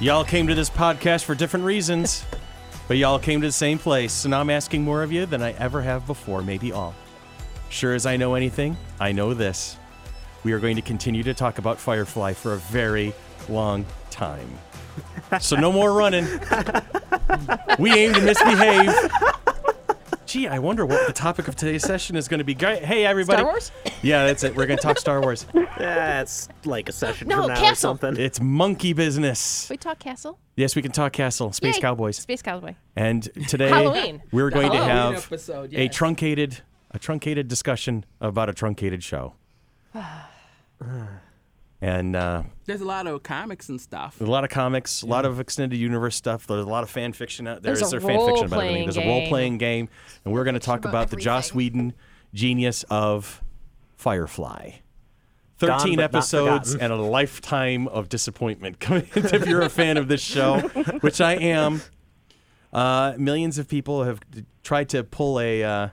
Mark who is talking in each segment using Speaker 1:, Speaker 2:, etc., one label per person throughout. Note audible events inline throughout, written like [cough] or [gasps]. Speaker 1: Y'all came to this podcast for different reasons,
Speaker 2: [laughs]
Speaker 1: but y'all came to the same place, and I'm asking more of you than I ever have before, maybe all. Sure as I know anything, I know this. We are going to continue to talk about Firefly for a very long time. So no more
Speaker 2: [laughs]
Speaker 1: running. We aim to misbehave. Gee, I wonder what the topic of today's session is going to be. Guy- Hey, everybody.
Speaker 2: Star Wars?
Speaker 1: Yeah, that's it. We're going to talk Star Wars.
Speaker 3: That's like a session
Speaker 2: No,
Speaker 3: from now or
Speaker 2: castle.
Speaker 3: something.
Speaker 1: It's monkey business.
Speaker 2: We talk castle.
Speaker 1: Yes, we can talk Castle, Space
Speaker 2: Yay.
Speaker 1: Cowboys.
Speaker 2: Space cowboy.
Speaker 1: And today
Speaker 2: Halloween.
Speaker 1: we're going to
Speaker 4: Halloween
Speaker 1: have
Speaker 4: Oh, episode,
Speaker 1: a
Speaker 4: yes.
Speaker 1: truncated a truncated discussion about a truncated show. and uh,
Speaker 4: There's a lot of comics and stuff.
Speaker 1: a lot of comics, a lot of extended universe stuff. There's a lot of fan fiction out there.
Speaker 2: There's
Speaker 1: Is
Speaker 2: a
Speaker 1: there fan fiction about everything?
Speaker 2: role-playing
Speaker 1: There's a
Speaker 2: game.
Speaker 1: role playing game, and we're going to talk
Speaker 5: about
Speaker 1: about the Joss
Speaker 5: everything.
Speaker 1: Whedon genius of Firefly. 13
Speaker 3: but not
Speaker 1: episodes
Speaker 3: forgotten.
Speaker 1: and a lifetime of disappointment [laughs] coming if you're a fan of this
Speaker 3: [laughs]
Speaker 1: show, which I am. Uh, millions of people have d- tried to pull a uh,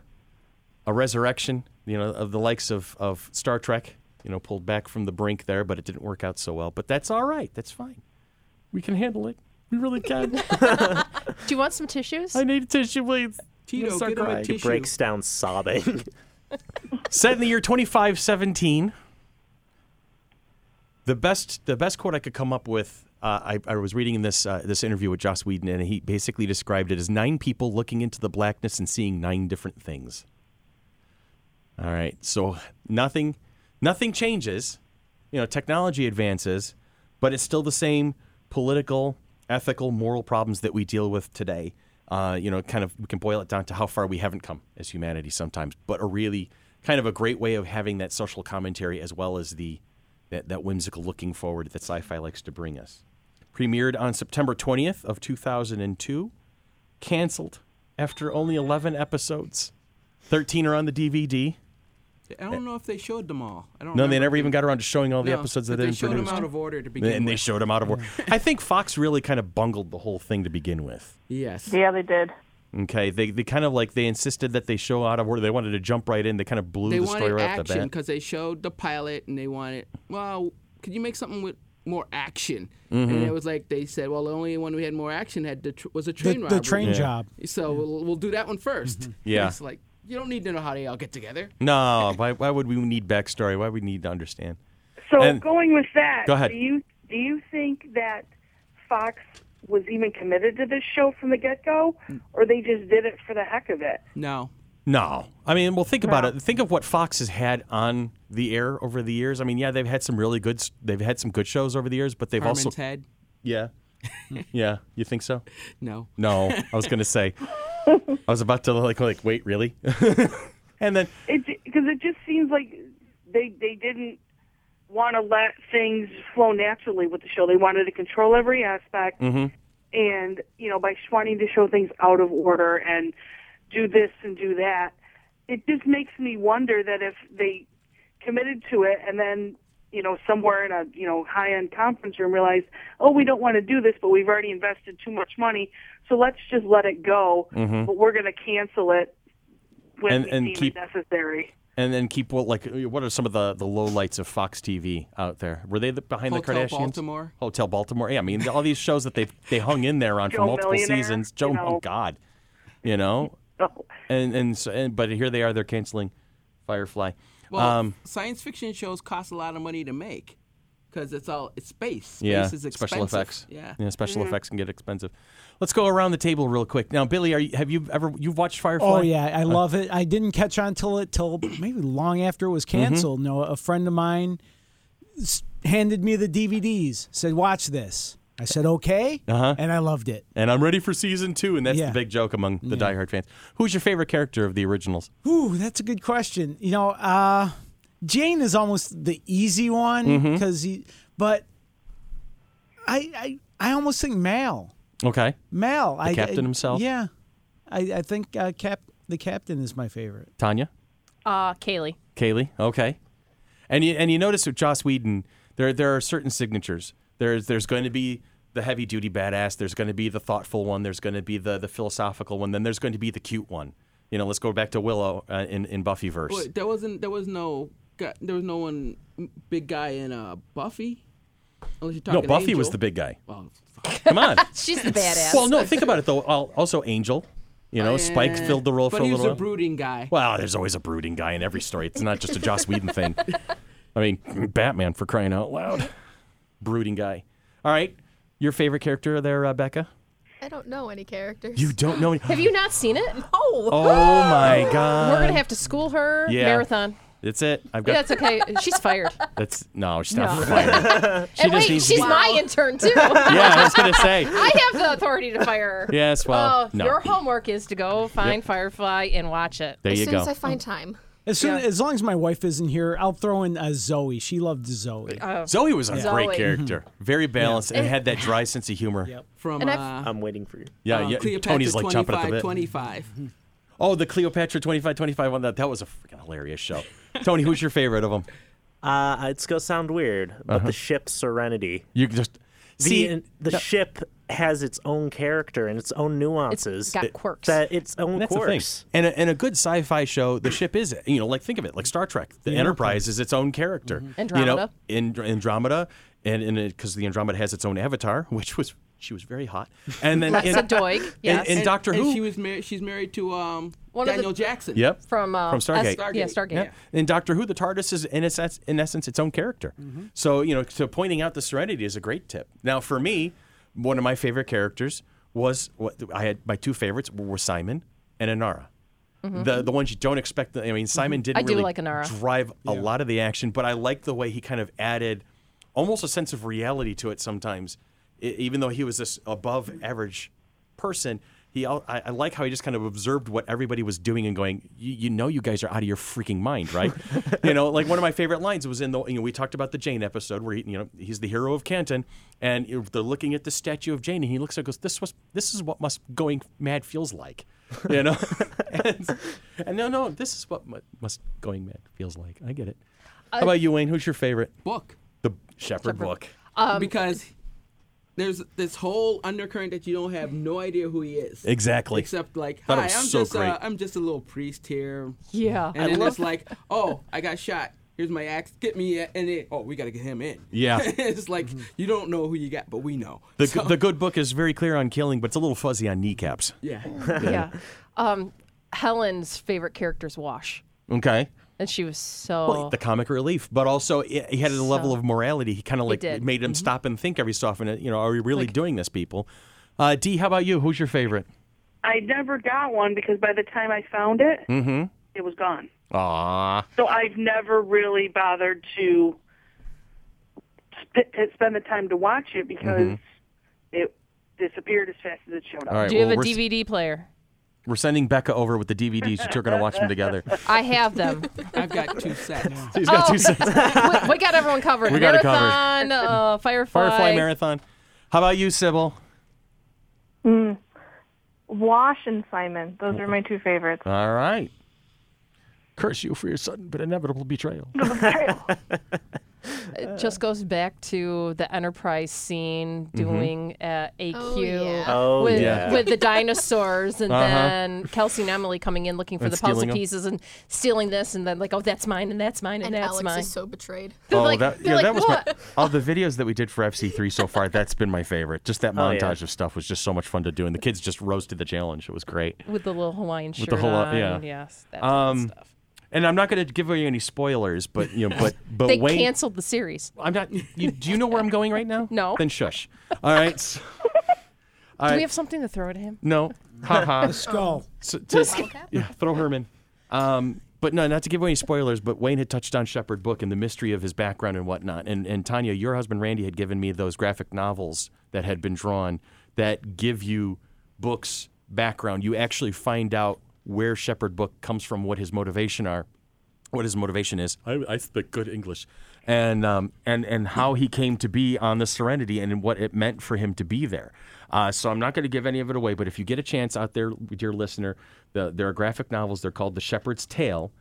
Speaker 1: a resurrection, you know, of the likes of, of Star Trek, you know, pulled back from the brink there, but it didn't work out so well. But that's all right. That's fine. We can handle it. We really
Speaker 3: [laughs]
Speaker 1: can.
Speaker 2: Do you want some tissues?
Speaker 1: I need a tissue, please.
Speaker 4: Tito,
Speaker 1: start
Speaker 4: get him
Speaker 1: crying.
Speaker 4: a
Speaker 1: It
Speaker 4: tissue.
Speaker 3: Breaks down sobbing. [laughs]
Speaker 1: Set in the year 2517. The best, the best quote I could come up with. Uh, I, I was reading in this uh, this interview with Joss Whedon, and he basically described it as nine people looking into the blackness and seeing nine different things. All right, so nothing, nothing changes. You know, technology advances, but it's still the same political, ethical, moral problems that we deal with today. Uh, you know, kind of we can boil it down to how far we haven't come as humanity sometimes, but a really kind of a great way of having that social commentary as well as the that, that whimsical looking forward that sci-fi likes to bring us. Premiered on September 20th of 2002, canceled after only 11 episodes. 13 are on the DVD.
Speaker 4: I don't know if they showed them all. I don't
Speaker 1: No, they
Speaker 4: remember
Speaker 1: never
Speaker 4: if
Speaker 1: even got around to showing all the
Speaker 4: No,
Speaker 1: episodes that
Speaker 4: but
Speaker 1: they
Speaker 4: they
Speaker 1: didn't
Speaker 4: showed
Speaker 1: produce.
Speaker 4: them out of order to begin
Speaker 1: and they
Speaker 4: with.
Speaker 1: showed them out of order. I think Fox really kind of bungled the whole thing to begin with.
Speaker 4: yes.
Speaker 6: Yeah, they did.
Speaker 1: Okay, they, they kind of like they insisted that they show out of order. They wanted to jump right in. They kind of blew
Speaker 4: They
Speaker 1: the story
Speaker 4: wanted
Speaker 1: right off the
Speaker 4: action
Speaker 1: bat.
Speaker 4: because they showed the pilot and they wanted, well, could you make something with more action?
Speaker 1: Mm-hmm.
Speaker 4: And it was like they said, well, the only one who had more action had the tr- was a train
Speaker 7: the,
Speaker 4: robbery.
Speaker 7: the train
Speaker 1: Yeah.
Speaker 7: job.
Speaker 4: So we'll, we'll do that one first.
Speaker 1: Mm-hmm. Yeah.
Speaker 4: It's like you don't need to know how they all get together. [laughs]
Speaker 1: No, why, why would we need backstory? Why would we need to understand?
Speaker 6: So
Speaker 1: And-
Speaker 6: going with that,
Speaker 1: Go ahead.
Speaker 6: do you do you think that Fox was even committed to this show from the get go, or they just did it for the heck of it?
Speaker 4: No.
Speaker 1: No. I mean, well, think about it. Think of what Fox has had on the air over the years. I mean, yeah, they've had some really good. s- They've had some good shows over the years, but they've
Speaker 4: Harmon's
Speaker 1: also
Speaker 4: head.
Speaker 1: yeah, yeah. You think so?
Speaker 4: No.
Speaker 1: No, I was gonna
Speaker 4: [laughs]
Speaker 1: say. I was about to like like wait really, [laughs] and then
Speaker 6: It because it just seems like they they didn't want to let things flow naturally with the show. They wanted to control every aspect,
Speaker 1: Mm-hmm.
Speaker 6: and you know by wanting to show things out of order and do this and do that, it just makes me wonder that if they committed to it and then you know somewhere in a you know high end conference room realized oh we don't want to do this but we've already invested too much money so let's just let it go but we're going to cancel it
Speaker 1: Mm-hmm.
Speaker 6: when
Speaker 1: And-
Speaker 6: we
Speaker 1: and
Speaker 6: deem
Speaker 1: keep-
Speaker 6: it necessary [laughs]
Speaker 1: and then keep what like uh, what are some of the the low lights of Fox TV out there? Were they the, behind the
Speaker 4: Hotel
Speaker 1: Kardashians?
Speaker 4: Baltimore.
Speaker 1: Hotel Baltimore. Yeah, I mean all these shows that they they hung in there on for
Speaker 6: Joe
Speaker 1: multiple
Speaker 6: Millionaire,
Speaker 1: seasons.
Speaker 6: you
Speaker 1: Joe, oh
Speaker 6: know.
Speaker 1: God, you know,
Speaker 6: so
Speaker 1: and and, so, and but here they are. They're canceling Firefly.
Speaker 4: Well,
Speaker 1: Um,
Speaker 4: science fiction shows cost a lot of money to make because it's all it's space. Space
Speaker 1: yeah,
Speaker 4: is expensive.
Speaker 1: special effects.
Speaker 4: Yeah.
Speaker 1: special
Speaker 6: Mm-hmm.
Speaker 1: effects can get expensive. Let's go around the table real quick. Now, Billy, are you, have you ever you've watched Firefly?
Speaker 7: Oh yeah, I love it. I didn't catch on till it [clears throat] till maybe long after it was
Speaker 1: Mm-hmm.
Speaker 7: canceled. No, a friend of mine s- handed me the DVDs. Said, "Watch this." I said, "Okay," uh-huh. and I loved it.
Speaker 1: And I'm ready for season two, and that's
Speaker 7: Yeah.
Speaker 1: the big joke among the diehard fans. Who's your favorite character of the originals?
Speaker 7: Ooh, that's a good question. You know, uh, Jane is almost the easy
Speaker 1: Mm-hmm.
Speaker 7: one because he, but I, I I almost think Mal.
Speaker 1: Okay,
Speaker 7: Mal, I,
Speaker 1: captain
Speaker 7: I-
Speaker 1: himself?
Speaker 7: Yeah, I I think uh, cap the captain is my favorite.
Speaker 1: Tanya,
Speaker 2: Uh, Kaylee.
Speaker 1: Kaylee. Okay, and you and you notice with Joss Whedon, there there are certain signatures. There's there's going to be the heavy duty badass. There's going to be the thoughtful one. There's going to be the the philosophical one. Then there's going to be the cute one. You know, let's go back to Willow uh, in in Buffyverse.
Speaker 4: Well, there wasn't. There was no. gu- There was no one big guy in uh, Buffy. Unless you're
Speaker 1: No,
Speaker 4: talking
Speaker 1: Buffy
Speaker 4: Angel.
Speaker 1: was the big guy.
Speaker 4: Well,
Speaker 1: Come
Speaker 4: [laughs]
Speaker 1: on.
Speaker 5: She's the badass.
Speaker 1: [laughs] well, no, think about it though. Al- Also, Angel. You know, Spike
Speaker 4: eh,
Speaker 1: filled the role
Speaker 4: but
Speaker 1: for a
Speaker 4: he was
Speaker 1: little.
Speaker 4: a brooding guy.
Speaker 1: Well, there's always a brooding guy in every story. It's not just a Joss Whedon thing. I mean, Batman for crying out loud. Brooding guy. All right. Your favorite character there, uh, Becca?
Speaker 8: I don't know any characters.
Speaker 1: You don't know any.
Speaker 2: Have you not seen
Speaker 8: [laughs]
Speaker 2: it?
Speaker 5: oh,
Speaker 1: [gasps] Oh my God.
Speaker 2: [gasps] We're gonna have to school her
Speaker 1: Yeah.
Speaker 2: marathon.
Speaker 1: That's it. I've got.
Speaker 2: That's okay. She's fired.
Speaker 1: That's no. She's not
Speaker 2: [laughs]
Speaker 1: fired. [laughs] She
Speaker 2: and
Speaker 1: just
Speaker 2: wait,
Speaker 1: needs
Speaker 2: she's
Speaker 1: to be-
Speaker 2: my
Speaker 1: [laughs]
Speaker 2: intern too. [laughs]
Speaker 1: Yeah, I was gonna say.
Speaker 2: I have the authority to fire her.
Speaker 1: Yes. Well,
Speaker 2: oh,
Speaker 1: no.
Speaker 2: your homework is to go find Firefly and watch it.
Speaker 1: there
Speaker 8: as
Speaker 1: you
Speaker 8: soon
Speaker 1: go.
Speaker 8: as I find time.
Speaker 7: As, soon, as long as my wife isn't here, I'll throw in uh, Zoe. She loved Zoe.
Speaker 1: Zoe was a great
Speaker 2: Zoe. Mhm.
Speaker 1: character. Very balanced and had that dry sense of humor.
Speaker 4: From
Speaker 2: And
Speaker 4: uh,
Speaker 2: I've-
Speaker 3: I'm waiting for you.
Speaker 1: Yeah,
Speaker 4: uh,
Speaker 1: yeah.
Speaker 4: Cleopatra
Speaker 1: Tony's like chomping at the bit.
Speaker 4: 25, 25.
Speaker 1: Oh, the Cleopatra 2525 one. That, that was a freaking hilarious show. Tony, who's your favorite of them?
Speaker 3: Uh, it's gonna sound weird, but the ship Serenity.
Speaker 1: You can just
Speaker 3: The,
Speaker 1: Uh-huh. see.
Speaker 3: the ship has its own character and its own nuances.
Speaker 2: got quirks.
Speaker 3: That its own
Speaker 1: that's
Speaker 3: quirks.
Speaker 1: the thing. And a, and a good sci-fi show, the ship is you know like think of it like Star Trek. The Enterprise is its own character.
Speaker 2: Andromeda.
Speaker 1: You know, in, Andromeda, and because the Andromeda has its own avatar, [laughs] which was she was very hot. And then
Speaker 2: Lessa
Speaker 1: and-
Speaker 2: Doig. Yes.
Speaker 1: [laughs] and Doctor
Speaker 4: and
Speaker 1: Who.
Speaker 4: she was married. She's married to um,
Speaker 2: One of the-
Speaker 4: Daniel Jackson.
Speaker 1: yep.
Speaker 2: from uh,
Speaker 1: From Stargate.
Speaker 2: S- Yeah, Stargate.
Speaker 1: Yeah. In Doctor Who, the TARDIS is in essence, in essence its own character. So you know, so pointing out the Serenity is a great tip. Now, for me, one of my favorite characters was what I had. My two favorites were Simon and Inara. The the ones you don't expect. I mean, Simon didn't
Speaker 2: I do
Speaker 1: really
Speaker 2: like Inara.
Speaker 1: drive a lot of the action, but I like the way he kind of added almost a sense of reality to it sometimes. E- even though he was this above average person, he al- I, I like how he just kind of observed what everybody was doing and going, you, you know, you guys are out of your freaking mind, right? [laughs] you know, like one of my favorite lines was in the, you know, we talked about the Jane episode where, he, you know, he's the hero of Canton and you know, they're looking at the statue of Jane and he looks at it and goes, this was, this is what must going mad feels like, you [laughs] know? and, and no, no, this is what mu- must going mad feels like. I get it.
Speaker 4: Uh,
Speaker 1: How about you, Wayne? Who's your favorite?
Speaker 4: Book.
Speaker 1: The Shepherd book.
Speaker 2: Um,
Speaker 4: because there's this whole undercurrent that you don't have no idea who he is.
Speaker 1: Exactly.
Speaker 4: Except like,
Speaker 1: Thought it
Speaker 4: hi, I'm
Speaker 1: was so
Speaker 4: just
Speaker 1: great.
Speaker 4: uh, I'm just a little priest here.
Speaker 2: Yeah.
Speaker 4: And then it's like, oh, I got shot. Here's my axe. Get me a- and it. Oh, we gotta get him in.
Speaker 1: Yeah.
Speaker 4: [laughs] it's like
Speaker 7: Mm-hmm.
Speaker 4: you don't know who you got, but we know.
Speaker 1: The,
Speaker 4: So-
Speaker 1: the good book is very clear on killing, but it's a little fuzzy on kneecaps.
Speaker 4: [laughs] yeah.
Speaker 2: yeah. Um, Helen's favorite character's Wash,
Speaker 1: Okay.
Speaker 2: and she was so.
Speaker 1: Well, the comic relief, but also it, he had a level
Speaker 2: So-
Speaker 1: of morality. He kind of like
Speaker 2: did. Mm-hmm.
Speaker 1: made him stop and think every so often. You know, are we really doing this, people? Uh, D, how about you? Who's your favorite?
Speaker 6: I never got one because by the time I found it,
Speaker 1: Mm-hmm.
Speaker 6: it was gone.
Speaker 1: Aw,
Speaker 6: So I've never really bothered to sp- to spend the time to watch it because it disappeared as fast as it showed up.
Speaker 1: Mm-hmm. all right.
Speaker 2: Do you
Speaker 1: well,
Speaker 2: have a
Speaker 1: we're,
Speaker 2: DVD player?
Speaker 1: we're sending Becca over with the DVDs. You two are going to watch them [laughs] together.
Speaker 2: I have them.
Speaker 4: I've got
Speaker 7: [laughs]
Speaker 4: two sets.
Speaker 1: He's got
Speaker 2: Oh,
Speaker 1: two sets.
Speaker 2: we, we got everyone covered.
Speaker 1: We got it covered. [laughs]
Speaker 2: Marathon, uh, Firefly.
Speaker 1: Firefly Marathon. How about you, Sybil?
Speaker 9: Wash and Simon. Those are my two favorites.
Speaker 1: All right. Curse you for your sudden but inevitable betrayal.
Speaker 2: It just goes back to the Enterprise scene
Speaker 1: Mm-hmm.
Speaker 2: doing uh, AQ.
Speaker 8: Oh, yeah.
Speaker 3: Oh
Speaker 2: with,
Speaker 3: yeah.
Speaker 2: with the dinosaurs and
Speaker 1: Uh-huh.
Speaker 2: then Kelsey and Emily coming in looking for
Speaker 1: And
Speaker 2: the puzzle
Speaker 1: stealing 'em.
Speaker 2: pieces and stealing this and then like, oh, that's mine and that's mine and,
Speaker 8: And
Speaker 2: that's
Speaker 8: Alex
Speaker 2: mine.
Speaker 8: is
Speaker 2: [laughs]
Speaker 8: so betrayed.
Speaker 2: They're
Speaker 1: oh,
Speaker 2: like-
Speaker 1: that,
Speaker 2: they're
Speaker 1: yeah,
Speaker 2: like,
Speaker 1: that was
Speaker 2: what?
Speaker 1: my, all the videos that we did for FC3 so far. That's been my favorite. Just that
Speaker 3: Oh, yeah.
Speaker 1: montage of stuff was just so much fun to do, and the kids just rose to the challenge. It was great.
Speaker 2: With the little Hawaiian shirt
Speaker 1: the Hawa-
Speaker 2: on.
Speaker 1: yeah.
Speaker 2: Yes, that
Speaker 1: Um,
Speaker 2: stuff.
Speaker 1: And I'm not going to give away any spoilers, but you know, but but
Speaker 2: They
Speaker 1: Wayne,
Speaker 2: canceled the series.
Speaker 1: I'm not. You, do you know where I'm going right now?
Speaker 2: No.
Speaker 1: Then shush. All right.
Speaker 2: [laughs]
Speaker 1: so- all
Speaker 2: Do
Speaker 1: right.
Speaker 2: we have something to throw at him?
Speaker 1: no. Ha
Speaker 2: [laughs]
Speaker 1: ha.
Speaker 7: Skull.
Speaker 1: So, to, yeah, throw Herman. Um, but no, not to give away any spoilers, but Wayne had touched on Shepherd Book and the mystery of his background and whatnot. And, and Tanya, your husband Randy had given me those graphic novels that had been drawn that give you Book's background. You actually find out where Shepherd Book comes from, what his motivation are, what his motivation is. I, I speak good English, and um, and and how he came to be on the Serenity and what it meant for him to be there. Uh, so I'm not going to give any of it away, but if you get a chance out there, dear listener, the, there are graphic novels. They're called The Shepherd's Tale.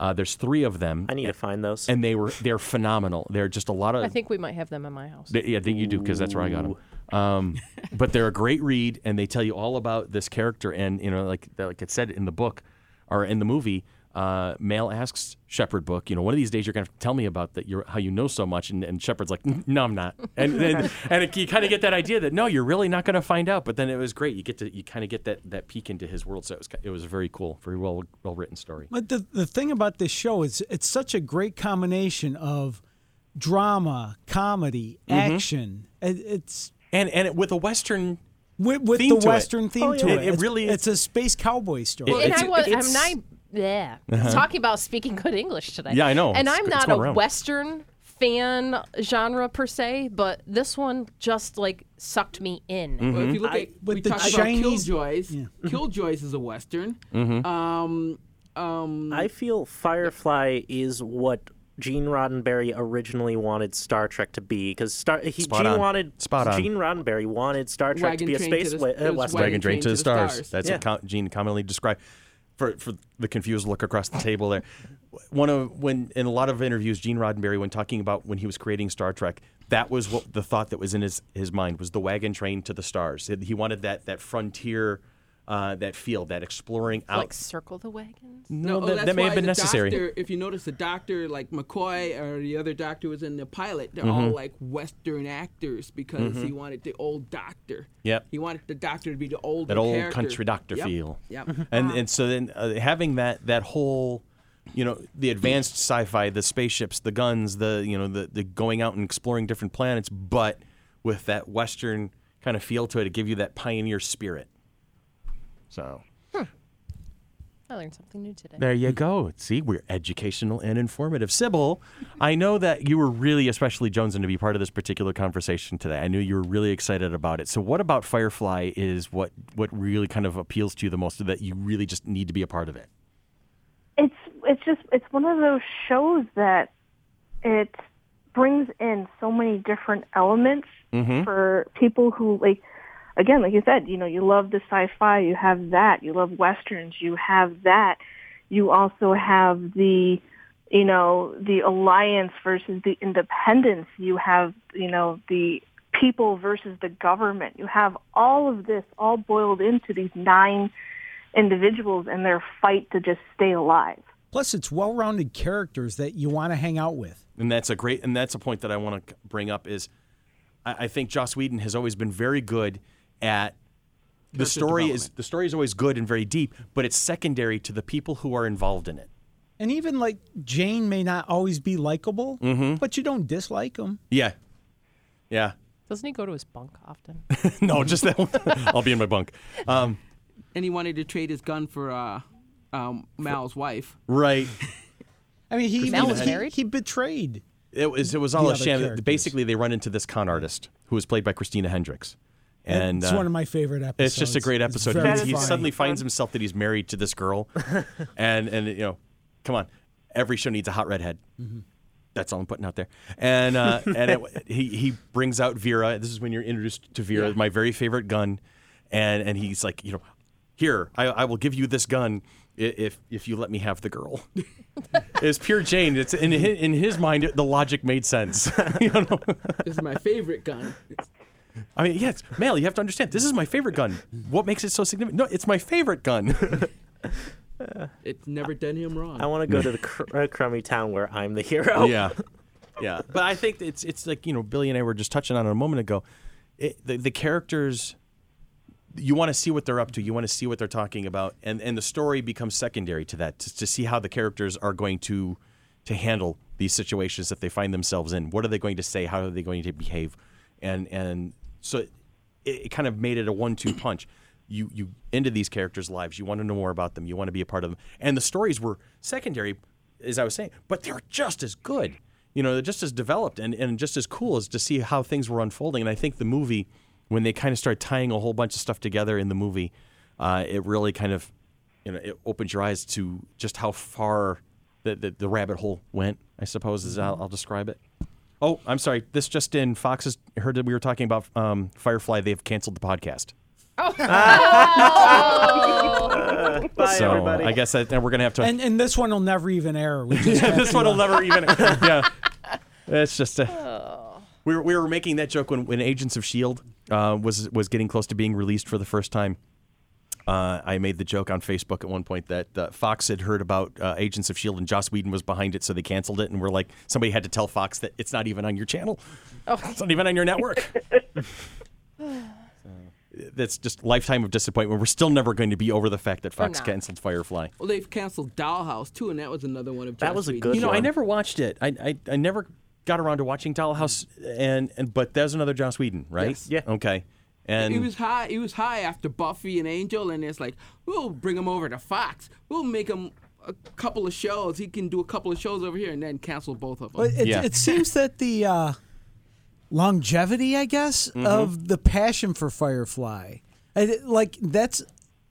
Speaker 1: Uh, there's three of them,
Speaker 3: Mm-hmm. I need to find those.
Speaker 1: and they were they're phenomenal. They're just a lot of
Speaker 2: I think we might have them in my house.
Speaker 1: they- yeah, I think you do because that's where I got them. [laughs] Um, but they're a great read, and they tell you all about this character. And you know, like like it said in the book or in the movie, Uh, Male asks Shepard book, you know, one of these days you're going to have to tell me about that, you're, how you know so much. And, and Shepard's like, no, I'm not. And [laughs] then and it, you kind of get that idea that, no, you're really not going to find out. But then it was great. You get to, you kind of get that, that peek into his world. So it was, ki- it was very cool, very well well written story.
Speaker 7: But the the thing about this show is it's such a great combination of drama, comedy,
Speaker 1: Mm-hmm.
Speaker 7: action. It, it's
Speaker 1: And, and it, with a Western
Speaker 7: with, with
Speaker 1: Theme
Speaker 7: the
Speaker 1: to it. Oh,
Speaker 7: Western theme
Speaker 1: yeah.
Speaker 7: to
Speaker 1: It-
Speaker 7: it.
Speaker 1: it
Speaker 7: It's-
Speaker 1: really is-
Speaker 7: it's a space cowboy story.
Speaker 1: It-
Speaker 2: and
Speaker 1: it's-
Speaker 2: I was,
Speaker 1: it's- Uh-huh.
Speaker 2: I'm not. Yeah, talking about speaking good English today.
Speaker 1: Yeah, I know.
Speaker 2: And
Speaker 1: It's-
Speaker 2: I'm
Speaker 1: it's
Speaker 2: not a
Speaker 1: going around.
Speaker 2: Western fan genre per se, but this one just like sucked me in.
Speaker 1: Mm-hmm.
Speaker 4: Well, if you look at
Speaker 7: but
Speaker 4: we
Speaker 7: the
Speaker 4: talked
Speaker 7: Chinese-
Speaker 4: about Killjoys. Killjoys is a western.
Speaker 1: Mm-hmm.
Speaker 4: Um, um,
Speaker 3: I feel Firefly is what Gene Roddenberry originally wanted Star Trek to be because Star he,
Speaker 1: Spot
Speaker 3: Gene
Speaker 1: on.
Speaker 3: wanted
Speaker 1: Spot on.
Speaker 3: Gene Roddenberry wanted Star Trek
Speaker 4: Wagon
Speaker 3: to be a
Speaker 4: Train
Speaker 3: space
Speaker 4: to the-
Speaker 3: wa-
Speaker 4: it
Speaker 3: uh,
Speaker 4: was
Speaker 3: western.
Speaker 1: Dragon Drain to the stars. That's
Speaker 3: Yeah.
Speaker 1: what com- Gene commonly described. For, for the confused look across the table there, [laughs] one of when in a lot of interviews, Gene Roddenberry, when talking about when he was creating Star Trek, that was what the thought that was in his, his mind was the wagon train to the stars. He wanted that that frontier, uh, that field, that exploring out.
Speaker 2: Like circle the wagons.
Speaker 1: no, that,
Speaker 4: oh, that's
Speaker 1: that may
Speaker 4: why
Speaker 1: have been
Speaker 4: the
Speaker 1: necessary.
Speaker 4: Doctor, if you notice, the doctor, like McCoy or the other doctor was in the pilot, they're all
Speaker 1: Mm-hmm.
Speaker 4: like Western actors because he wanted the old doctor.
Speaker 1: Yep.
Speaker 4: He wanted the doctor to be the old
Speaker 1: that old country doctor
Speaker 4: yep.
Speaker 1: feel. Mm-hmm.
Speaker 4: Yep.
Speaker 1: And and so then uh, having that that whole you know the advanced sci-fi, the spaceships, the guns, the you know the the going out and exploring different planets, but with that western kind of feel to it, to give you that pioneer spirit. So
Speaker 2: I learned something new today.
Speaker 1: there you go. See, we're educational and informative. Sybil, I know that you were really especially jonesing to be part of this particular conversation today. I knew you were really excited about it. So, what about Firefly is what what really kind of appeals to you the most? That you really just need to be a part of it.
Speaker 9: It's it's just it's one of those shows that it brings in so many different elements for people who like again like you said you know you love the sci-fi you have that you love westerns you have that you also have the you know the alliance versus the independence you have you know the people versus the government you have all of this all boiled into these nine individuals and their fight to just stay alive
Speaker 7: Plus, it's well-rounded characters that you want to hang out with.
Speaker 1: And that's a great, and that's a point that I want to bring up is, I, I think Joss Whedon has always been very good at the story is the story is always good and very deep, but it's secondary to the people who are involved in it.
Speaker 7: And even like Jane may not always be likable,
Speaker 1: Mm-hmm.
Speaker 7: but you don't dislike him.
Speaker 1: Yeah, yeah.
Speaker 2: Doesn't he go to his bunk
Speaker 1: [laughs]
Speaker 2: often?
Speaker 1: No, just that. One. [laughs] I'll be in my bunk. Um,
Speaker 4: And he wanted to trade his gun for uh, um, Mal's wife.
Speaker 1: right.
Speaker 7: I mean, he
Speaker 2: Mel was
Speaker 7: he,
Speaker 2: married?
Speaker 7: he betrayed.
Speaker 1: It was. It was all
Speaker 7: The
Speaker 1: a
Speaker 7: other
Speaker 1: sham.
Speaker 7: characters.
Speaker 1: Basically, they run into this con artist who was played by Christina Hendricks, and
Speaker 7: it's
Speaker 1: uh,
Speaker 7: one of my favorite episodes.
Speaker 1: It's just a great
Speaker 7: It's
Speaker 1: episode.
Speaker 7: very
Speaker 1: He, he
Speaker 7: funny.
Speaker 1: suddenly finds himself that he's married to this
Speaker 7: [laughs]
Speaker 1: girl, and and you know, come on, every show needs a hot redhead.
Speaker 7: Mm-hmm.
Speaker 1: That's all I'm putting out there. And
Speaker 7: [laughs]
Speaker 1: uh, and it, he he brings out Vera. This is when you're introduced to Vera, my very favorite gun, and and he's like, you know, here I, I will give you this gun i- if if you let me have the girl. [laughs] it's pure Jane. It's in his, in his mind the logic made
Speaker 7: [laughs]
Speaker 1: sense. you know?
Speaker 4: This is my favorite gun. It's-
Speaker 1: I mean, yes, Mel, you have to understand. This is my favorite gun. What makes it so significant? No, it's my favorite gun. [laughs]
Speaker 4: It's never done him wrong.
Speaker 3: I want to go to the cr- uh, crummy town where I'm the hero.
Speaker 1: yeah, yeah. But I think it's it's like you know Billy and I were just touching on it a moment ago. It, the, the characters, you want to see what they're up to. You want to see what they're talking about, and and the story becomes secondary to that to, to see how the characters are going to to handle these situations that they find themselves in. What are they going to say? How are they going to behave? And and so it, it kind of made it a one-two punch. You you into these characters' lives. You want to know more about them. You want to be a part of them. And the stories were secondary, as I was saying, but they're just as good. You know, they're just as developed and, and just as cool as to see how things were unfolding. And I think the movie, when they kind of start tying a whole bunch of stuff together in the movie, uh, it really kind of, you know, it opens your eyes to just how far the, the, the rabbit hole went, I suppose, is how I'll describe it. Oh, I'm sorry. This just in. Fox has heard that we were talking about um, Firefly. They've canceled the podcast. [laughs]
Speaker 3: Bye
Speaker 1: so
Speaker 3: everybody.
Speaker 1: I guess that, then we're going to have to.
Speaker 7: And and this one will never even air.
Speaker 1: [laughs]
Speaker 7: We just have
Speaker 1: this
Speaker 7: to,
Speaker 1: one will
Speaker 7: uh,
Speaker 1: never even. [laughs] yeah. It's just. A, we, were, we were E making that joke when, when Agents of S.H.I.E.L.D. Uh, was, was getting close to being released for the first time. Uh, I made the joke on Facebook at one point that uh, Fox had heard about uh, Agents of Shield and Joss Whedon was behind it, so they canceled it, and we're like, somebody had to tell Fox that it's not even on your channel, it's not even on your network. That's just lifetime of disappointment. We're still never going to be over the fact that Fox
Speaker 2: not.
Speaker 1: canceled Firefly.
Speaker 4: Well, they've canceled Dollhouse too, and that was another one of
Speaker 3: That
Speaker 4: Joss
Speaker 3: was a
Speaker 4: Whedon's-
Speaker 3: good
Speaker 1: You know, I
Speaker 3: one.
Speaker 1: never watched it. I, I, I never got around to watching Dollhouse, and, and but there's another Joss Whedon, right?
Speaker 3: Yes. Yeah.
Speaker 1: Okay.
Speaker 4: He
Speaker 1: And
Speaker 4: was high. He was high after Buffy and Angel, and it's like we'll bring him over to Fox. We'll make him a couple of shows. He can do a couple of shows over here, and then cancel both of them.
Speaker 7: But it,
Speaker 1: Yeah.
Speaker 7: it seems that the uh, longevity, I guess,
Speaker 1: Mm-hmm.
Speaker 7: of the passion for Firefly, I th- like that's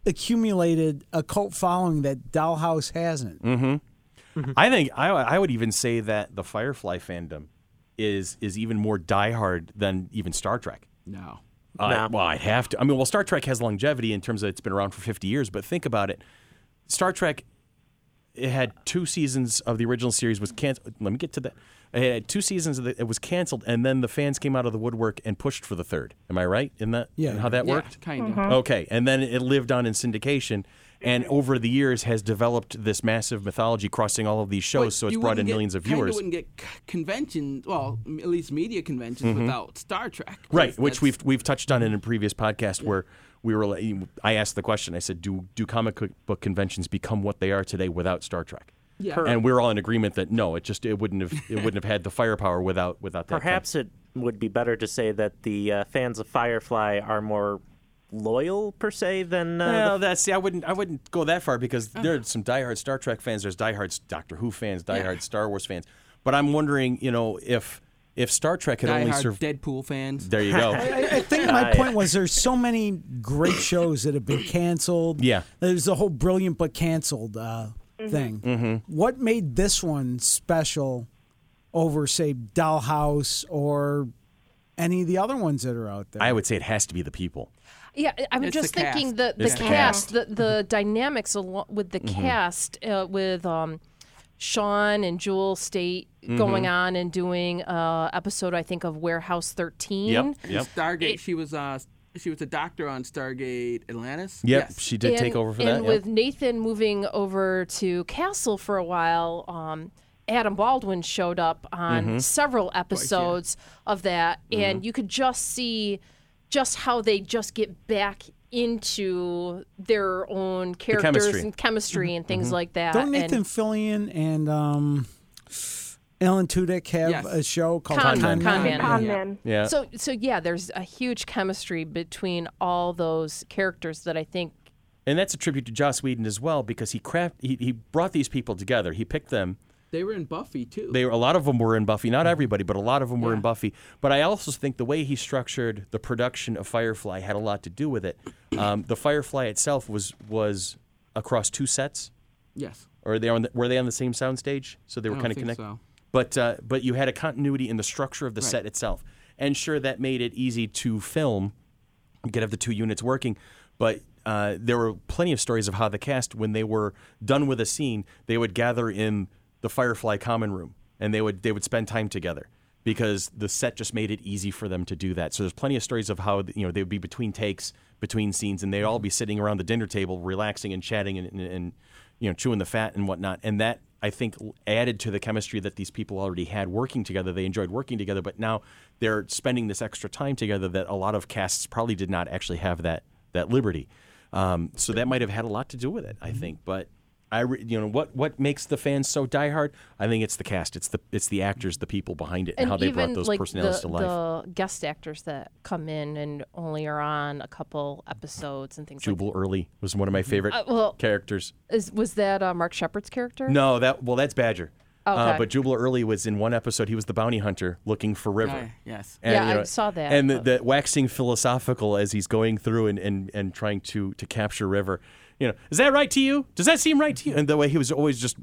Speaker 7: accumulated a cult following that Dollhouse hasn't.
Speaker 1: I think I, I would even say that the Firefly fandom is is even more diehard than even Star Trek.
Speaker 4: no,
Speaker 1: I,
Speaker 3: Nah.
Speaker 1: well, I'd have to. I mean, well, Star Trek has longevity in terms of it's been around for 50 years, but think about it. Star Trek, it had two seasons of the original series was canceled. Let me get to that. It had two seasons of the, it was canceled, and then the fans came out of the woodwork and pushed for the third. Am I right in that?
Speaker 7: Yeah.
Speaker 1: in how that worked?
Speaker 4: kind of.
Speaker 1: Okay, and then it lived on in syndication, and over the years has developed this massive mythology crossing all of these shows. Oh, so it's brought in millions of
Speaker 4: You
Speaker 1: viewers,
Speaker 4: wouldn't get c- conventions, well, m- at least media conventions without Star Trek,
Speaker 1: Mm-hmm. right?
Speaker 4: That's-
Speaker 1: Which we've we've touched on in a previous podcast where we were. like- I asked the question. I said, "Do do comic book conventions become what they are today without Star Trek?"
Speaker 4: Yeah.
Speaker 1: and we're all in agreement that no, it just it wouldn't have it wouldn't have had the firepower without without that. kind-
Speaker 3: Perhaps it would be better to say that the uh, fans of Firefly are more loyal per se than uh,
Speaker 1: Well, that's see, I wouldn't, I wouldn't go that far because
Speaker 4: Uh-huh.
Speaker 1: there are some diehard Star Trek fans. There's diehard Doctor Who fans, diehard Star Wars fans. But I'm wondering, you know, if if Star Trek had only
Speaker 4: diehard
Speaker 1: served.
Speaker 4: Deadpool fans.
Speaker 1: There you
Speaker 4: [laughs]
Speaker 1: go.
Speaker 7: I, I think my point was there's so many great shows that have been canceled.
Speaker 1: Yeah.
Speaker 7: there's the whole brilliant but canceled uh,
Speaker 2: Mm-hmm.
Speaker 7: thing.
Speaker 1: Mm-hmm.
Speaker 7: What made this one special over, say, Dollhouse or any of the other ones that are out
Speaker 2: Uh,
Speaker 7: there?
Speaker 1: I would say it has to be the people.
Speaker 2: Yeah, I- I'm
Speaker 4: It's
Speaker 2: just
Speaker 4: the
Speaker 2: thinking
Speaker 4: cast.
Speaker 2: the the
Speaker 1: It's the Mm-hmm.
Speaker 2: cast, the the dynamics alo- with the cast uh, with um, Sean and Jewel State going
Speaker 1: Mm-hmm.
Speaker 2: on and doing uh episode I think of Warehouse 13.
Speaker 1: Yep. Yep.
Speaker 4: Stargate. she was uh, she was a doctor on Stargate Atlantis.
Speaker 1: Yep.
Speaker 4: Yes.
Speaker 1: She did take
Speaker 2: And-
Speaker 1: over for
Speaker 2: and
Speaker 1: that.
Speaker 2: with
Speaker 1: Yep.
Speaker 2: Nathan moving over to Castle for a while, um, Adam Baldwin showed up on
Speaker 1: Mm-hmm.
Speaker 2: several episodes of that, and you could just see just how they just get back into their own characters
Speaker 1: chemistry. Mm-hmm.
Speaker 2: and chemistry and things like that.
Speaker 7: Don't
Speaker 2: and-
Speaker 7: Nathan Fillion and um, Alan Tudyk have
Speaker 4: Yes.
Speaker 7: a show called
Speaker 2: Con Man.
Speaker 7: Con
Speaker 2: Con
Speaker 7: Man?
Speaker 2: Man.
Speaker 9: Con
Speaker 4: Yeah.
Speaker 9: Man.
Speaker 1: Yeah.
Speaker 2: so so yeah, there's a huge chemistry between all those characters that I think
Speaker 1: and that's a tribute to Joss Whedon as well because he craft he, he brought these people together. He picked them.
Speaker 4: They were in Buffy too.
Speaker 1: They were, a lot of them were in Buffy. Not
Speaker 4: Mm-hmm.
Speaker 1: everybody, but a lot of them were in Buffy. But I also think the way he structured the production of Firefly had a lot to do with it. Um, the Firefly itself was was across two sets.
Speaker 4: yes.
Speaker 1: or they on the, were they on the same soundstage? So they were
Speaker 4: don't
Speaker 1: kind of
Speaker 4: think
Speaker 1: connected.
Speaker 4: so.
Speaker 1: But uh, but you had a continuity in the structure of the set itself, and sure that made it easy to film. You could have the two units working, but. Uh, there were plenty of stories of how the cast, when they were done with a scene, they would gather in the Firefly common room and they would they would spend time together because the set just made it easy for them to do that. So there's plenty of stories of how you know they would be between takes, between scenes, and they'd all be sitting around the dinner table, relaxing and chatting and, and, and you know, chewing the fat and whatnot. And that I think l- added to the chemistry that these people already had working together. They enjoyed working together, but now they're spending this extra time together that a lot of casts probably did not actually have that that liberty. Um, so that might have had a lot to do with it, I think. But I, re- you know, what what makes the fans so diehard? I think it's the cast, it's the it's the actors, the people behind it, and, how they brought those personalities
Speaker 2: the,
Speaker 1: to life.
Speaker 2: The guest actors that come in and only are on a couple episodes and things
Speaker 1: Jubal Early was one of my favorite
Speaker 2: Mm-hmm. Uh, well-
Speaker 1: characters.
Speaker 2: like is, was that uh, Mark Shepard's character?
Speaker 1: No, that well, that's Badger. Uh,
Speaker 2: Okay.
Speaker 1: but Jubal Early was in one episode. He was the bounty hunter looking for River.
Speaker 4: Yeah, yes.
Speaker 1: And,
Speaker 2: Yeah,
Speaker 1: you
Speaker 2: I
Speaker 1: know,
Speaker 2: saw that, Oh.
Speaker 1: And the,
Speaker 2: but-
Speaker 1: the waxing philosophical as he's going through and, and, and trying to, to capture River. You know, is that right to you? Does that seem right to you? And the way he was always just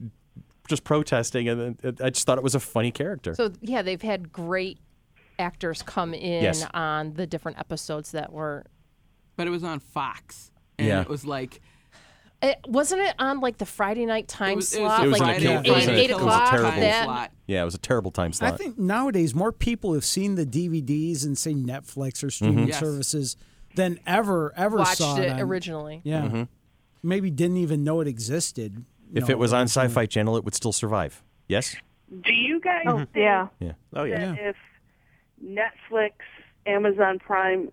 Speaker 1: just protesting, and then- I just thought it was a funny character.
Speaker 2: So yeah, they've had great actors come in
Speaker 1: Yes.
Speaker 2: on the different episodes that were.
Speaker 4: But it was on Fox, and
Speaker 1: Yeah.
Speaker 4: it was like
Speaker 2: It, wasn't it on like the Friday night time
Speaker 4: it was,
Speaker 2: slot,
Speaker 1: It was
Speaker 2: like
Speaker 1: on a kill-
Speaker 2: eight,
Speaker 1: it was
Speaker 2: eight,
Speaker 1: on a
Speaker 2: eight
Speaker 1: kill- it was a
Speaker 2: o'clock?
Speaker 1: terrible
Speaker 2: that
Speaker 4: slot.
Speaker 1: yeah, it was a terrible time
Speaker 7: I
Speaker 1: slot.
Speaker 7: think nowadays more people have seen the DVDs and say Netflix or streaming
Speaker 4: Yes.
Speaker 7: services than ever ever
Speaker 2: Mm-hmm. watched
Speaker 7: saw
Speaker 2: it
Speaker 7: on-
Speaker 2: originally.
Speaker 7: Yeah, maybe didn't even know it existed. you
Speaker 1: Mm-hmm. If
Speaker 7: know,
Speaker 1: it was on
Speaker 7: originally.
Speaker 1: Sci Fi Channel, it would still survive. Yes?
Speaker 6: Do you guys think
Speaker 9: Yeah.
Speaker 1: Yeah.
Speaker 3: Oh yeah.
Speaker 6: that if Netflix, Amazon Prime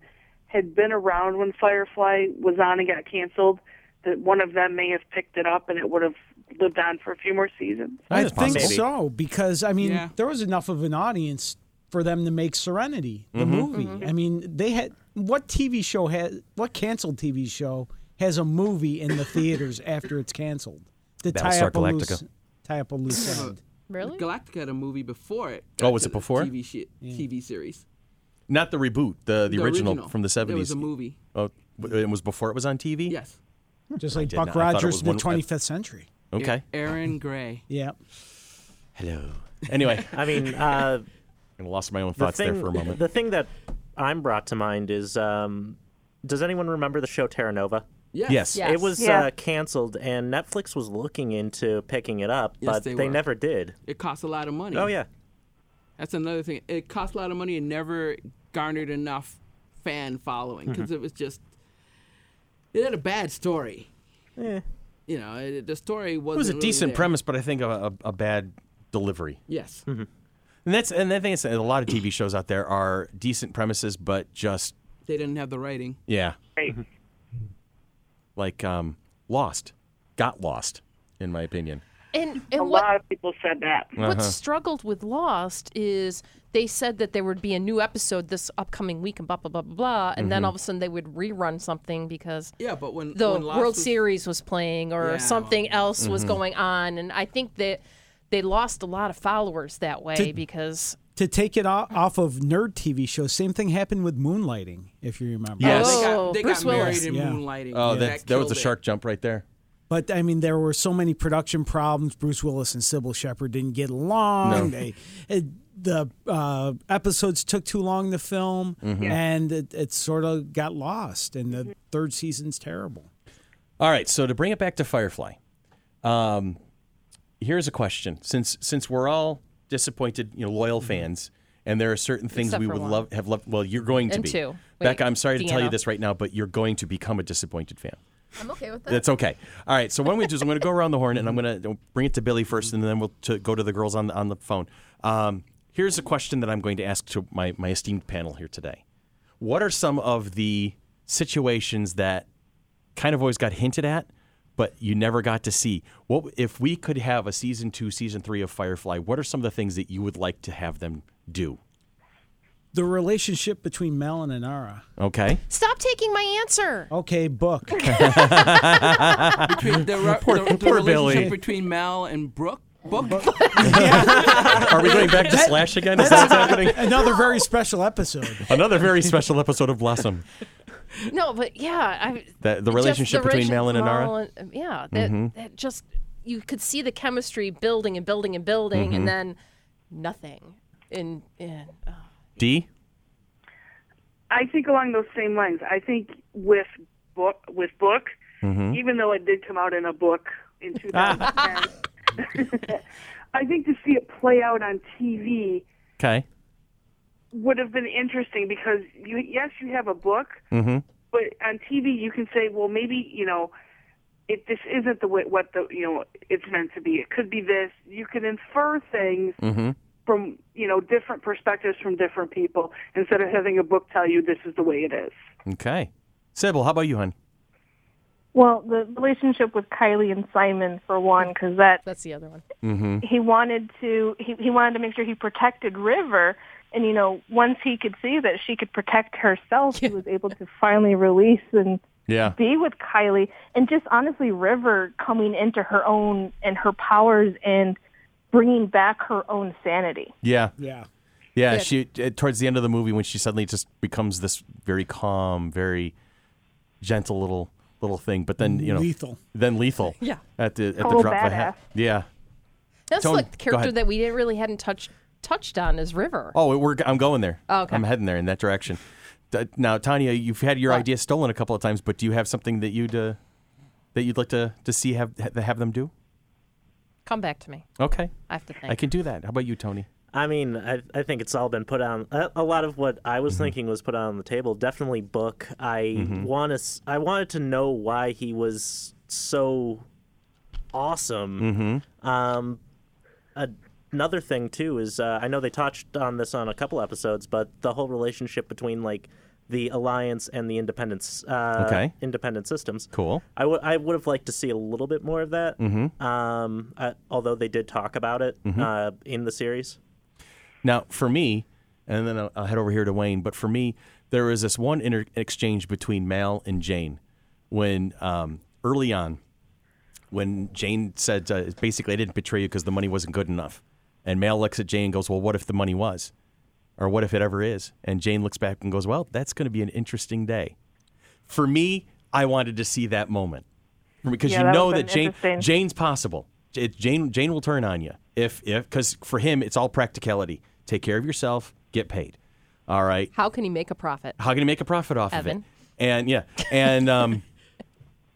Speaker 6: had been around when Firefly was on and got canceled, that one of them may have picked it up and it would have lived on for a few more seasons?
Speaker 7: I
Speaker 1: That's
Speaker 7: think
Speaker 1: possible.
Speaker 7: so because I mean
Speaker 4: Yeah.
Speaker 7: there was enough of an audience for them to make Serenity
Speaker 1: Mm-hmm.
Speaker 7: the movie. I mean they had what TV show has what canceled TV show has a movie in the theaters [laughs] after it's canceled to tie
Speaker 1: Battlestar
Speaker 7: up a loose
Speaker 1: Galactica.
Speaker 7: tie up
Speaker 4: [laughs]
Speaker 7: a loose end.
Speaker 2: Really?
Speaker 4: Galactica had a movie before it.
Speaker 1: Oh, was
Speaker 4: That's
Speaker 1: it
Speaker 4: a
Speaker 1: before?
Speaker 4: TV, sh- TV series.
Speaker 1: Not the reboot, the, the, original, from the 70s.
Speaker 4: It was a movie.
Speaker 1: Oh, w- it was before it was on TV?
Speaker 4: Yes.
Speaker 7: Just like
Speaker 1: did
Speaker 7: Buck
Speaker 1: not- I thought it
Speaker 7: Rogers
Speaker 1: was
Speaker 7: in the
Speaker 1: one- uh, I-
Speaker 7: 25th century.
Speaker 1: Okay.
Speaker 4: Aaron Gray.
Speaker 7: Yeah.
Speaker 1: Hello.
Speaker 3: [laughs]
Speaker 1: Anyway,
Speaker 3: I mean, uh,
Speaker 1: I lost my own
Speaker 3: the
Speaker 1: thoughts
Speaker 3: thing
Speaker 1: there for a moment.
Speaker 3: the thing that I'm brought to mind is um, does anyone remember the show Terra Nova?
Speaker 4: Yes.
Speaker 1: yes.
Speaker 2: Yeah.
Speaker 3: It was
Speaker 9: Yeah.
Speaker 3: uh, canceled, and Netflix was looking into picking it up,
Speaker 4: Yes,
Speaker 3: but
Speaker 4: they
Speaker 3: they,
Speaker 4: were.
Speaker 3: never did.
Speaker 4: It costs a lot of money.
Speaker 3: Oh yeah,
Speaker 4: That's another thing. It cost a lot of money and never garnered enough fan following
Speaker 1: Mm-hmm.
Speaker 4: because it was just it had a bad story. You know, it, the story
Speaker 1: It
Speaker 4: wasn't.
Speaker 1: was a
Speaker 4: really
Speaker 1: decent
Speaker 4: there.
Speaker 1: premise, Mm-hmm. but I think a, a, a bad delivery.
Speaker 4: Yes.
Speaker 1: And that's and the thing is, a lot of TV shows out there are decent premises, but just
Speaker 4: They didn't have the writing.
Speaker 1: yeah, Mm-hmm.
Speaker 6: Right.
Speaker 1: like um, Lost, got lost, in my opinion.
Speaker 2: And
Speaker 6: A
Speaker 2: and what
Speaker 6: lot of people said that.
Speaker 2: what
Speaker 1: Uh-huh.
Speaker 2: struggled with Lost is they said that there would be a new episode this upcoming week and blah blah blah blah blah, and
Speaker 1: Mm-hmm.
Speaker 2: then all of a sudden they would rerun something because
Speaker 4: Yeah, but when
Speaker 2: the
Speaker 4: when Lost
Speaker 2: World
Speaker 4: was-
Speaker 2: Series was playing or
Speaker 4: Yeah,
Speaker 2: something else was
Speaker 1: Mm-hmm.
Speaker 2: going on, and I think that they lost a lot of followers that way because
Speaker 7: To take it o- off of nerd TV shows, same thing happened with Moonlighting, if you remember.
Speaker 1: Yeah.
Speaker 4: They
Speaker 2: Oh,
Speaker 4: got, they
Speaker 2: Bruce
Speaker 4: got married
Speaker 2: Willis.
Speaker 4: in
Speaker 7: Yeah.
Speaker 4: Moonlighting.
Speaker 1: Oh,
Speaker 4: and
Speaker 1: that, that was a
Speaker 4: killed it.
Speaker 1: shark jump right there.
Speaker 7: But I mean, there were so many production problems. Bruce Willis and Sybil Shepherd didn't get along.
Speaker 1: No.
Speaker 7: They, it, the uh, episodes took too long to film,
Speaker 1: Mm-hmm.
Speaker 7: and it, it sort of got lost. And the third season's terrible.
Speaker 1: All right, so to bring it back to Firefly, um, here's a question: since since we're all disappointed, you know, loyal fans, and there are certain things
Speaker 2: Mm-hmm. Except
Speaker 1: we
Speaker 2: for
Speaker 1: would
Speaker 2: one.
Speaker 1: love have loved. Well, you're going to
Speaker 2: And
Speaker 1: be.
Speaker 2: two. Wait,
Speaker 1: Becca, I'm sorry to tell you
Speaker 2: Deanna.
Speaker 1: this right now, but you're going to become a disappointed fan.
Speaker 8: I'm okay with that.
Speaker 1: That's okay. All right. So what I'm going to do is I'm going to go around the horn and I'm going to bring it to Billy first, and then we'll to go to the girls on the on the phone. Um, here's a question that I'm going to ask to my my esteemed panel here today. What are some of the situations that kind of always got hinted at, but you never got to see? What if we could have a season two, season three of Firefly? What are some of the things that you would like to have them do?
Speaker 7: The relationship between Mel and Anara.
Speaker 1: Okay.
Speaker 2: stop taking my answer.
Speaker 1: Oh. [laughs]
Speaker 7: Okay, book.
Speaker 4: Between the, re-
Speaker 1: Poor-
Speaker 4: the, the
Speaker 1: poor Billy.
Speaker 4: relationship between Mal and Brooke. Brooke. [laughs]
Speaker 1: Are we going back to Slash again? Is that what's happening?
Speaker 7: [laughs] Another very special episode.
Speaker 1: Another very special episode of Blossom.
Speaker 2: No, but yeah, I,
Speaker 1: The, the
Speaker 2: Just
Speaker 1: relationship between
Speaker 2: relation-
Speaker 1: Mel and Mm-hmm. Anara.
Speaker 2: Mel and- um, yeah, that, that just you could see the chemistry building and building and building,
Speaker 1: Mm-hmm.
Speaker 2: and then nothing. And, and uh,
Speaker 1: D.
Speaker 6: I think along those same lines. I think with book, with book, even though it did come out in a book in 2010, [laughs] I think to see it play out on TV
Speaker 1: Okay.
Speaker 6: would have been interesting because you yes you have a book, but on TV you can say well maybe you know if this isn't the way what the you know it's meant to be it could be this you can infer things from you know different perspectives from different people instead of having a book tell you this is the way it is.
Speaker 1: Okay. Sybil, how about you, hon?
Speaker 9: Well, the relationship with Kylie and Simon for one, because that
Speaker 2: that's the other one.
Speaker 9: he wanted to he, he wanted to make sure he protected River and you know once he could see that she could protect herself he was able to finally release and
Speaker 1: Yeah.
Speaker 9: be with Kylie and just honestly River coming into her own and her powers and bringing back her own sanity
Speaker 1: Yeah.
Speaker 7: Yeah.
Speaker 1: Yeah. She uh, towards the end of the movie when she suddenly just becomes this very calm, very gentle little little thing, but then you know
Speaker 7: Lethal.
Speaker 1: Then lethal.
Speaker 2: Yeah.
Speaker 1: At the at the
Speaker 9: Total
Speaker 1: drop of a hat.
Speaker 9: badass.
Speaker 1: Yeah.
Speaker 2: That's
Speaker 1: Tony,
Speaker 2: like the
Speaker 1: go
Speaker 2: character
Speaker 1: ahead.
Speaker 2: that we didn't really hadn't touched touched on is River.
Speaker 1: Oh, we're I'm going there.
Speaker 2: Oh, okay.
Speaker 1: I'm heading there in that direction. D- Now, Tanya, you've had your idea stolen a couple of times, but do you have something that you'd uh, that you'd like to to see have have them do?
Speaker 2: Come back to me.
Speaker 1: Okay.
Speaker 2: I have to think.
Speaker 1: I can do that. How about you, Tony?
Speaker 3: I mean, I, I think it's all been put on. A, a lot of what I was thinking was put on the table. Definitely book. I want to. I wanted to know why he was so awesome. Um, a- another thing too is uh, I know they touched on this on a couple episodes, but the whole relationship between like the alliance and the independence. Uh,
Speaker 1: Okay.
Speaker 3: Independent systems.
Speaker 1: Cool.
Speaker 3: I would I would have liked to see a little bit more of that. Mm-hmm. Um, uh, although they did talk about it uh, in the series.
Speaker 1: Now, for me, and then I'll, I'll head over here to Wayne, but for me, there was this one inter- exchange between Mal and Jane when um, early on, when Jane said, uh, basically, I didn't betray you because the money wasn't good enough. And Mal looks at Jane and goes, Well, what if the money was? Or what if it ever is? And Jane looks back and goes, Well, that's going to be an interesting day. For me, I wanted to see that moment because
Speaker 9: Yeah,
Speaker 1: you
Speaker 9: that
Speaker 1: know
Speaker 9: would've
Speaker 1: that
Speaker 9: been
Speaker 1: Jane
Speaker 9: interesting.
Speaker 1: Jane's possible. It, Jane Jane will turn on you if if because for him it's all practicality. Take care of yourself, get paid. All right.
Speaker 2: How can he make a profit?
Speaker 1: How can you make a profit off of it?
Speaker 2: Evan.
Speaker 1: And yeah, and um,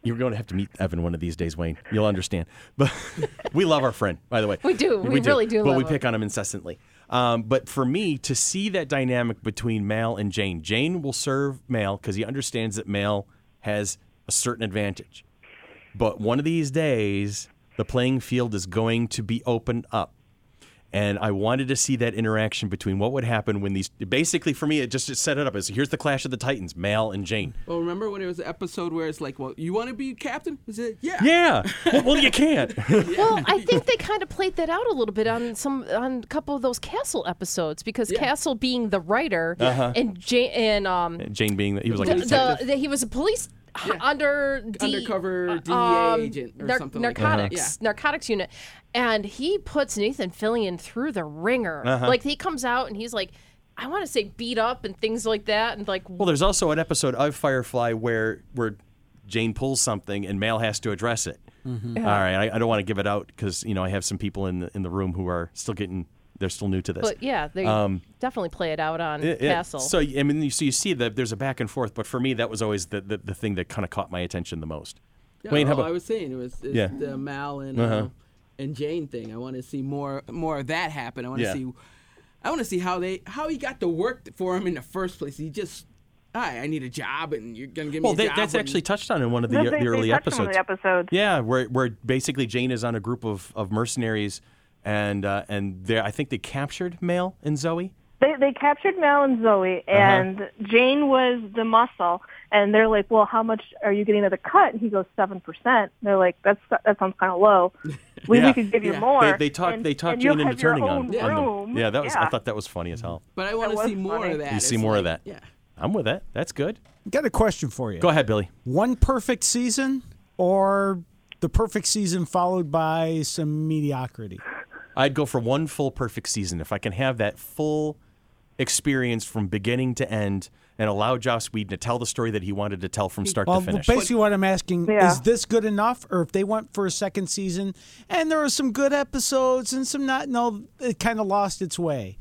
Speaker 1: you're going to have to meet Evan one of these days, Wayne. You'll understand. But [laughs] we love our friend, by the way.
Speaker 2: We do. We really do
Speaker 1: But
Speaker 2: love
Speaker 1: we
Speaker 2: him.
Speaker 1: pick on him incessantly. Um, but for me to see that dynamic between Mal and Jane, Jane will serve Mal because he understands that Mal has a certain advantage. But one of these days, the playing field is going to be opened up. And I wanted to see that interaction between what would happen when these basically for me it just it set it up as here's the clash of the titans, Mal and
Speaker 2: [laughs]
Speaker 1: Jane.
Speaker 4: Well, Oh, remember when there was an episode where it's like, well, you want to be captain? Is it? Yeah.
Speaker 1: Yeah. well, well, you can't. [laughs]
Speaker 2: Well, I think they kind of played that out a little bit on some on a couple of those Castle episodes because Castle being the writer and Jane and um
Speaker 1: Jane being that he was like
Speaker 2: the,
Speaker 1: a detective.
Speaker 2: the, the- he was a police under D-
Speaker 4: Undercover DEA agent or
Speaker 2: nar-
Speaker 4: something like that.
Speaker 2: narcotics
Speaker 4: Yeah.
Speaker 2: narcotics unit, and he puts Nathan Fillion through the ringer. Like he comes out and he's like, I want to say beat up and things like that, and like
Speaker 1: Well, there's also an episode of Firefly where where Jane pulls something and Mal has to address it.
Speaker 2: Mm-hmm.
Speaker 1: All right, I, I don't want to give it out because you know I have some people in the in the room who are still getting they're still new to this.
Speaker 2: but yeah, they definitely play it out on
Speaker 1: um, Yeah,
Speaker 2: Castle.
Speaker 1: So I mean, you, so you see that there's a back and forth, but for me, that was always the the, the thing that kind of caught my attention the most.
Speaker 4: Yeah,
Speaker 1: Wayne, how
Speaker 4: well,
Speaker 1: about
Speaker 4: I was saying it was it's
Speaker 1: Yeah.
Speaker 4: the Mal and
Speaker 1: Uh-huh.
Speaker 4: uh, and Jane thing. I want to see more more of that happen. I want to
Speaker 1: Yeah.
Speaker 4: see I want to see how they how he got to work for him in the first place. He just hi, I need a job and you're gonna give me
Speaker 1: well?
Speaker 4: a
Speaker 1: They,
Speaker 4: job.
Speaker 1: that's
Speaker 4: when-
Speaker 1: actually touched on in one of the
Speaker 9: They- they
Speaker 1: the early
Speaker 9: touched on one of
Speaker 1: episodes.
Speaker 9: the episodes.
Speaker 1: Yeah, where where basically Jane is on a group of of mercenaries, and uh, and they I think they captured Mal and Zoe.
Speaker 9: They they captured Mel and Zoe,
Speaker 1: Uh-huh.
Speaker 9: and Jane was the muscle. And they're like, "Well, how much are you getting at the cut?" And he goes, 7 percent." They're like, "That's that sounds kind
Speaker 1: [laughs]
Speaker 9: of low. We,
Speaker 1: Yeah.
Speaker 9: we could give you
Speaker 4: Yeah.
Speaker 9: more."
Speaker 1: They, they talked.
Speaker 9: and-
Speaker 1: They talked
Speaker 9: and you'll
Speaker 1: Jane into
Speaker 9: have your
Speaker 1: turning on,
Speaker 9: own
Speaker 1: on
Speaker 9: room."
Speaker 1: them. Yeah, that was. I
Speaker 9: Yeah.
Speaker 1: thought that was funny as hell.
Speaker 4: But I want to
Speaker 9: was
Speaker 4: see more
Speaker 9: funny.
Speaker 4: of that.
Speaker 1: You see
Speaker 4: It's
Speaker 1: more of
Speaker 4: like-
Speaker 1: that.
Speaker 4: Yeah.
Speaker 1: I'm with that. That's good.
Speaker 7: Got a question for you.
Speaker 1: Go ahead, Billy.
Speaker 7: One perfect season or the perfect season followed by some mediocrity?
Speaker 1: I'd go for one full perfect season if I can have that full experience from beginning to end and allow Joss Whedon to tell the story that he wanted to tell from start
Speaker 7: Well,
Speaker 1: to finish.
Speaker 7: basically, what I'm asking
Speaker 9: Yeah.
Speaker 7: is this good enough? Or if they went for a second season and there were some good episodes and some not, no, it kind of lost its way.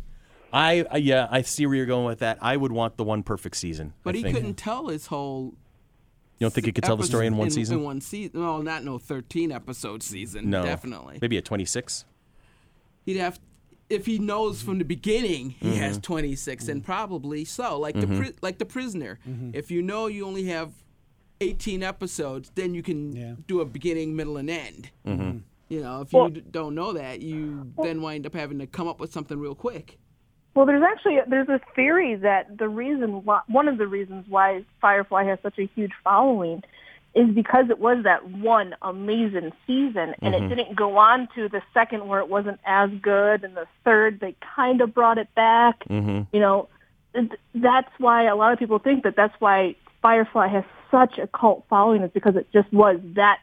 Speaker 1: I I- yeah, I see where you're going with that. I would want the one perfect season.
Speaker 4: But
Speaker 1: I
Speaker 4: he
Speaker 1: think.
Speaker 4: couldn't tell his whole
Speaker 1: You don't think he could tell the story in
Speaker 4: episode-
Speaker 1: one
Speaker 4: In
Speaker 1: season?
Speaker 4: one season. No, not no 13 episode season.
Speaker 1: no,
Speaker 4: Definitely.
Speaker 1: Maybe at 26.
Speaker 4: he'd have if he knows from the beginning he
Speaker 1: Mm-hmm.
Speaker 4: has 26 and probably so like the pri- like the prisoner if you know you only have 18 episodes then you can
Speaker 7: Yeah.
Speaker 4: do a beginning middle and end
Speaker 1: Mm-hmm.
Speaker 4: you know if you d- don't know that you then wind up having to come up with something real quick
Speaker 9: Well, there's actually there's a theory that the reason why one of the reasons why Firefly has such a huge following is because it was that one amazing season, and it didn't go on to the second where it wasn't as good, and the third they kind of brought it back. You know, th- that's why a lot of people think that that's why Firefly has such a cult following is because it just was that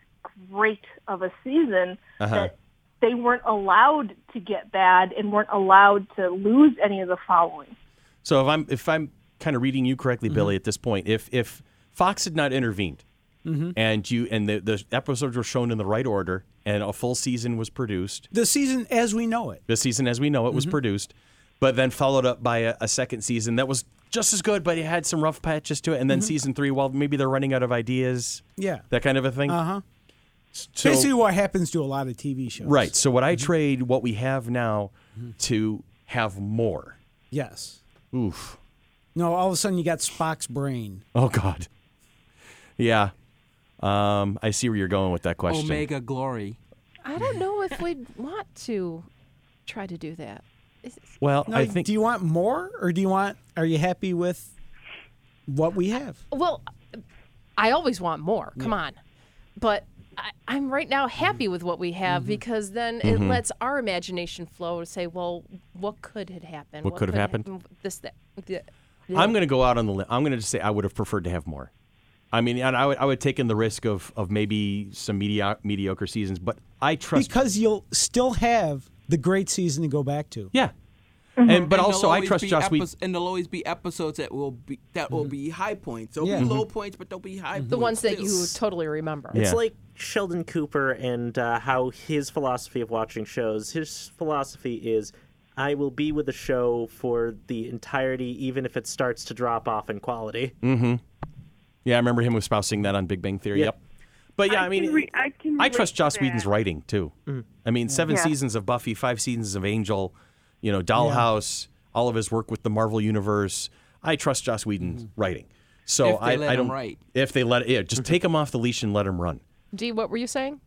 Speaker 9: great of a season that they weren't allowed to get bad and weren't allowed to lose any of the following.
Speaker 1: So if I'm if I'm kind of reading you correctly, Billy, at this point, if if Fox had not intervened, and you and the, the episodes were shown in the right order, and a full season was produced,
Speaker 7: The season as we know it.
Speaker 1: the season as we know it was produced, but then followed up by a, a second season that was just as good, but it had some rough patches to it, and then season three, well, maybe they're running out of ideas,
Speaker 7: Yeah.
Speaker 1: that kind of a thing.
Speaker 7: Uh huh.
Speaker 1: So-
Speaker 7: Basically, what happens to a lot of TV shows.
Speaker 1: Right. So what I trade what we have now to have more.
Speaker 7: Yes.
Speaker 1: Oof.
Speaker 7: No, all of a sudden you got Spock's brain.
Speaker 1: [laughs] Oh God. Yeah. Um, I see where you're going with that question.
Speaker 4: Omega glory.
Speaker 2: I don't know if we'd want to try to do that. Is-
Speaker 1: Well,
Speaker 7: Now,
Speaker 1: I think
Speaker 7: do you want more or do you want are you happy with what we have?
Speaker 2: Well, I always want more. Come on. But I, I'm right now happy with what we have
Speaker 1: Mm-hmm.
Speaker 2: because then it lets our imagination flow to say, well, what could have happened?
Speaker 1: What could have happened?
Speaker 2: This, that. The,
Speaker 1: I'm going to go out on the limb. I'm going to just say I would have preferred to have more. I mean, and I would I would take in the risk of of maybe some medio- mediocre seasons, but I trust.
Speaker 7: Because you'll still have the great season to go back to.
Speaker 1: yeah. And but
Speaker 4: And
Speaker 1: also
Speaker 4: there'll
Speaker 1: I
Speaker 4: always
Speaker 1: trust
Speaker 4: be
Speaker 1: Joss Whedon.
Speaker 4: epis- and there'll always be episodes that will be that will be high points. There'll
Speaker 7: Yeah.
Speaker 4: be
Speaker 7: Mhm.
Speaker 4: low points, but there'll be high.
Speaker 2: the ones that you
Speaker 4: took.
Speaker 2: totally remember.
Speaker 1: Yeah.
Speaker 3: It's like Sheldon Cooper and uh, how his philosophy of watching shows. His philosophy is, I will be with the show for the entirety, even if it starts to drop off in quality.
Speaker 1: Yeah, I remember him espousing that on Big Bang Theory.
Speaker 3: Yeah.
Speaker 1: Yep. But yeah, I, mean,
Speaker 6: can re- I can
Speaker 1: I trust
Speaker 6: relate
Speaker 1: Joss
Speaker 6: to
Speaker 1: Whedon's
Speaker 6: that.
Speaker 1: writing too.
Speaker 4: Mm.
Speaker 1: I mean, seven
Speaker 6: Yeah.
Speaker 1: seasons of Buffy, five seasons of Angel, you know, Dollhouse, all of his work with the Marvel Universe. I trust Joss Whedon's writing. So
Speaker 4: Mm-hmm. If they
Speaker 1: I,
Speaker 4: let
Speaker 1: I
Speaker 4: him
Speaker 1: don't.
Speaker 4: write.
Speaker 1: If they let, yeah,
Speaker 4: [laughs]
Speaker 1: just take him off the leash and let him run.
Speaker 2: Dee, what were you saying?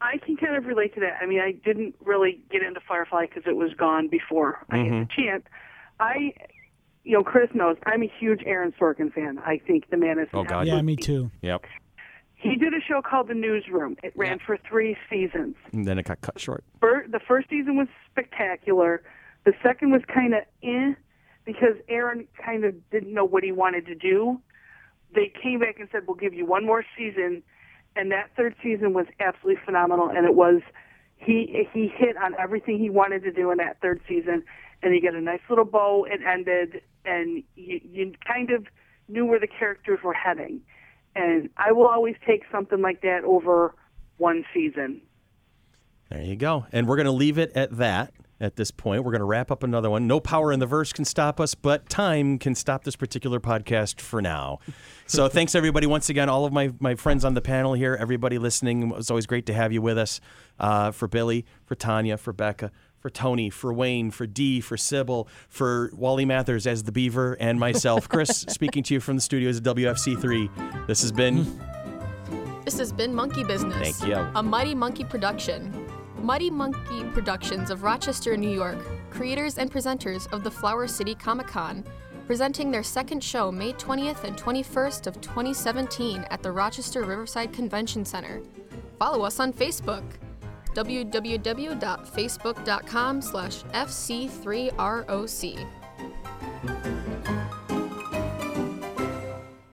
Speaker 6: I can kind of relate to that. I mean, I didn't really get into Firefly because it was gone before I
Speaker 1: Mm-hmm.
Speaker 6: had the chance. I, you know, Chris knows I'm a huge Aaron Sorkin fan. I think the man is. an
Speaker 1: Oh, God.
Speaker 7: Yeah,
Speaker 6: absolute-
Speaker 7: me too.
Speaker 1: Yep.
Speaker 6: He did a show called The Newsroom. It ran for three seasons.
Speaker 1: And then it got cut short.
Speaker 6: Fir the first season was spectacular. The second was kind of eh, because Aaron kind of didn't know what he wanted to do. They came back and said, "We'll give you one more season," and that third season was absolutely phenomenal. And it was he he hit on everything he wanted to do in that third season, and he got a nice little bow. It ended, and you, you kind of knew where the characters were heading. And I will always take something like that over one season.
Speaker 1: There you go. And we're going to leave it at that at this point. We're going to wrap up another one. No power in the verse can stop us, but time can stop this particular podcast for now. So thanks, everybody. Once again, all of my, my friends on the panel here, everybody listening. It's always great to have you with us. Uh, for Billy, for Tanya, for Becca, for Tony, for Wayne, for Dee, for Sybil, for Wally Mathers as the Beaver, and myself, Chris, speaking to you from the studios of WFC3. This has been
Speaker 8: This has been Monkey Business.
Speaker 1: Thank you.
Speaker 8: A Mighty Monkey production. Mighty Monkey Productions of Rochester, New York, creators and presenters of the Flower City Comic Con, presenting their second show May 20th and 21st of 2017 at the Rochester Riverside Convention Center. Follow us on Facebook www.facebook.com slash fc3roc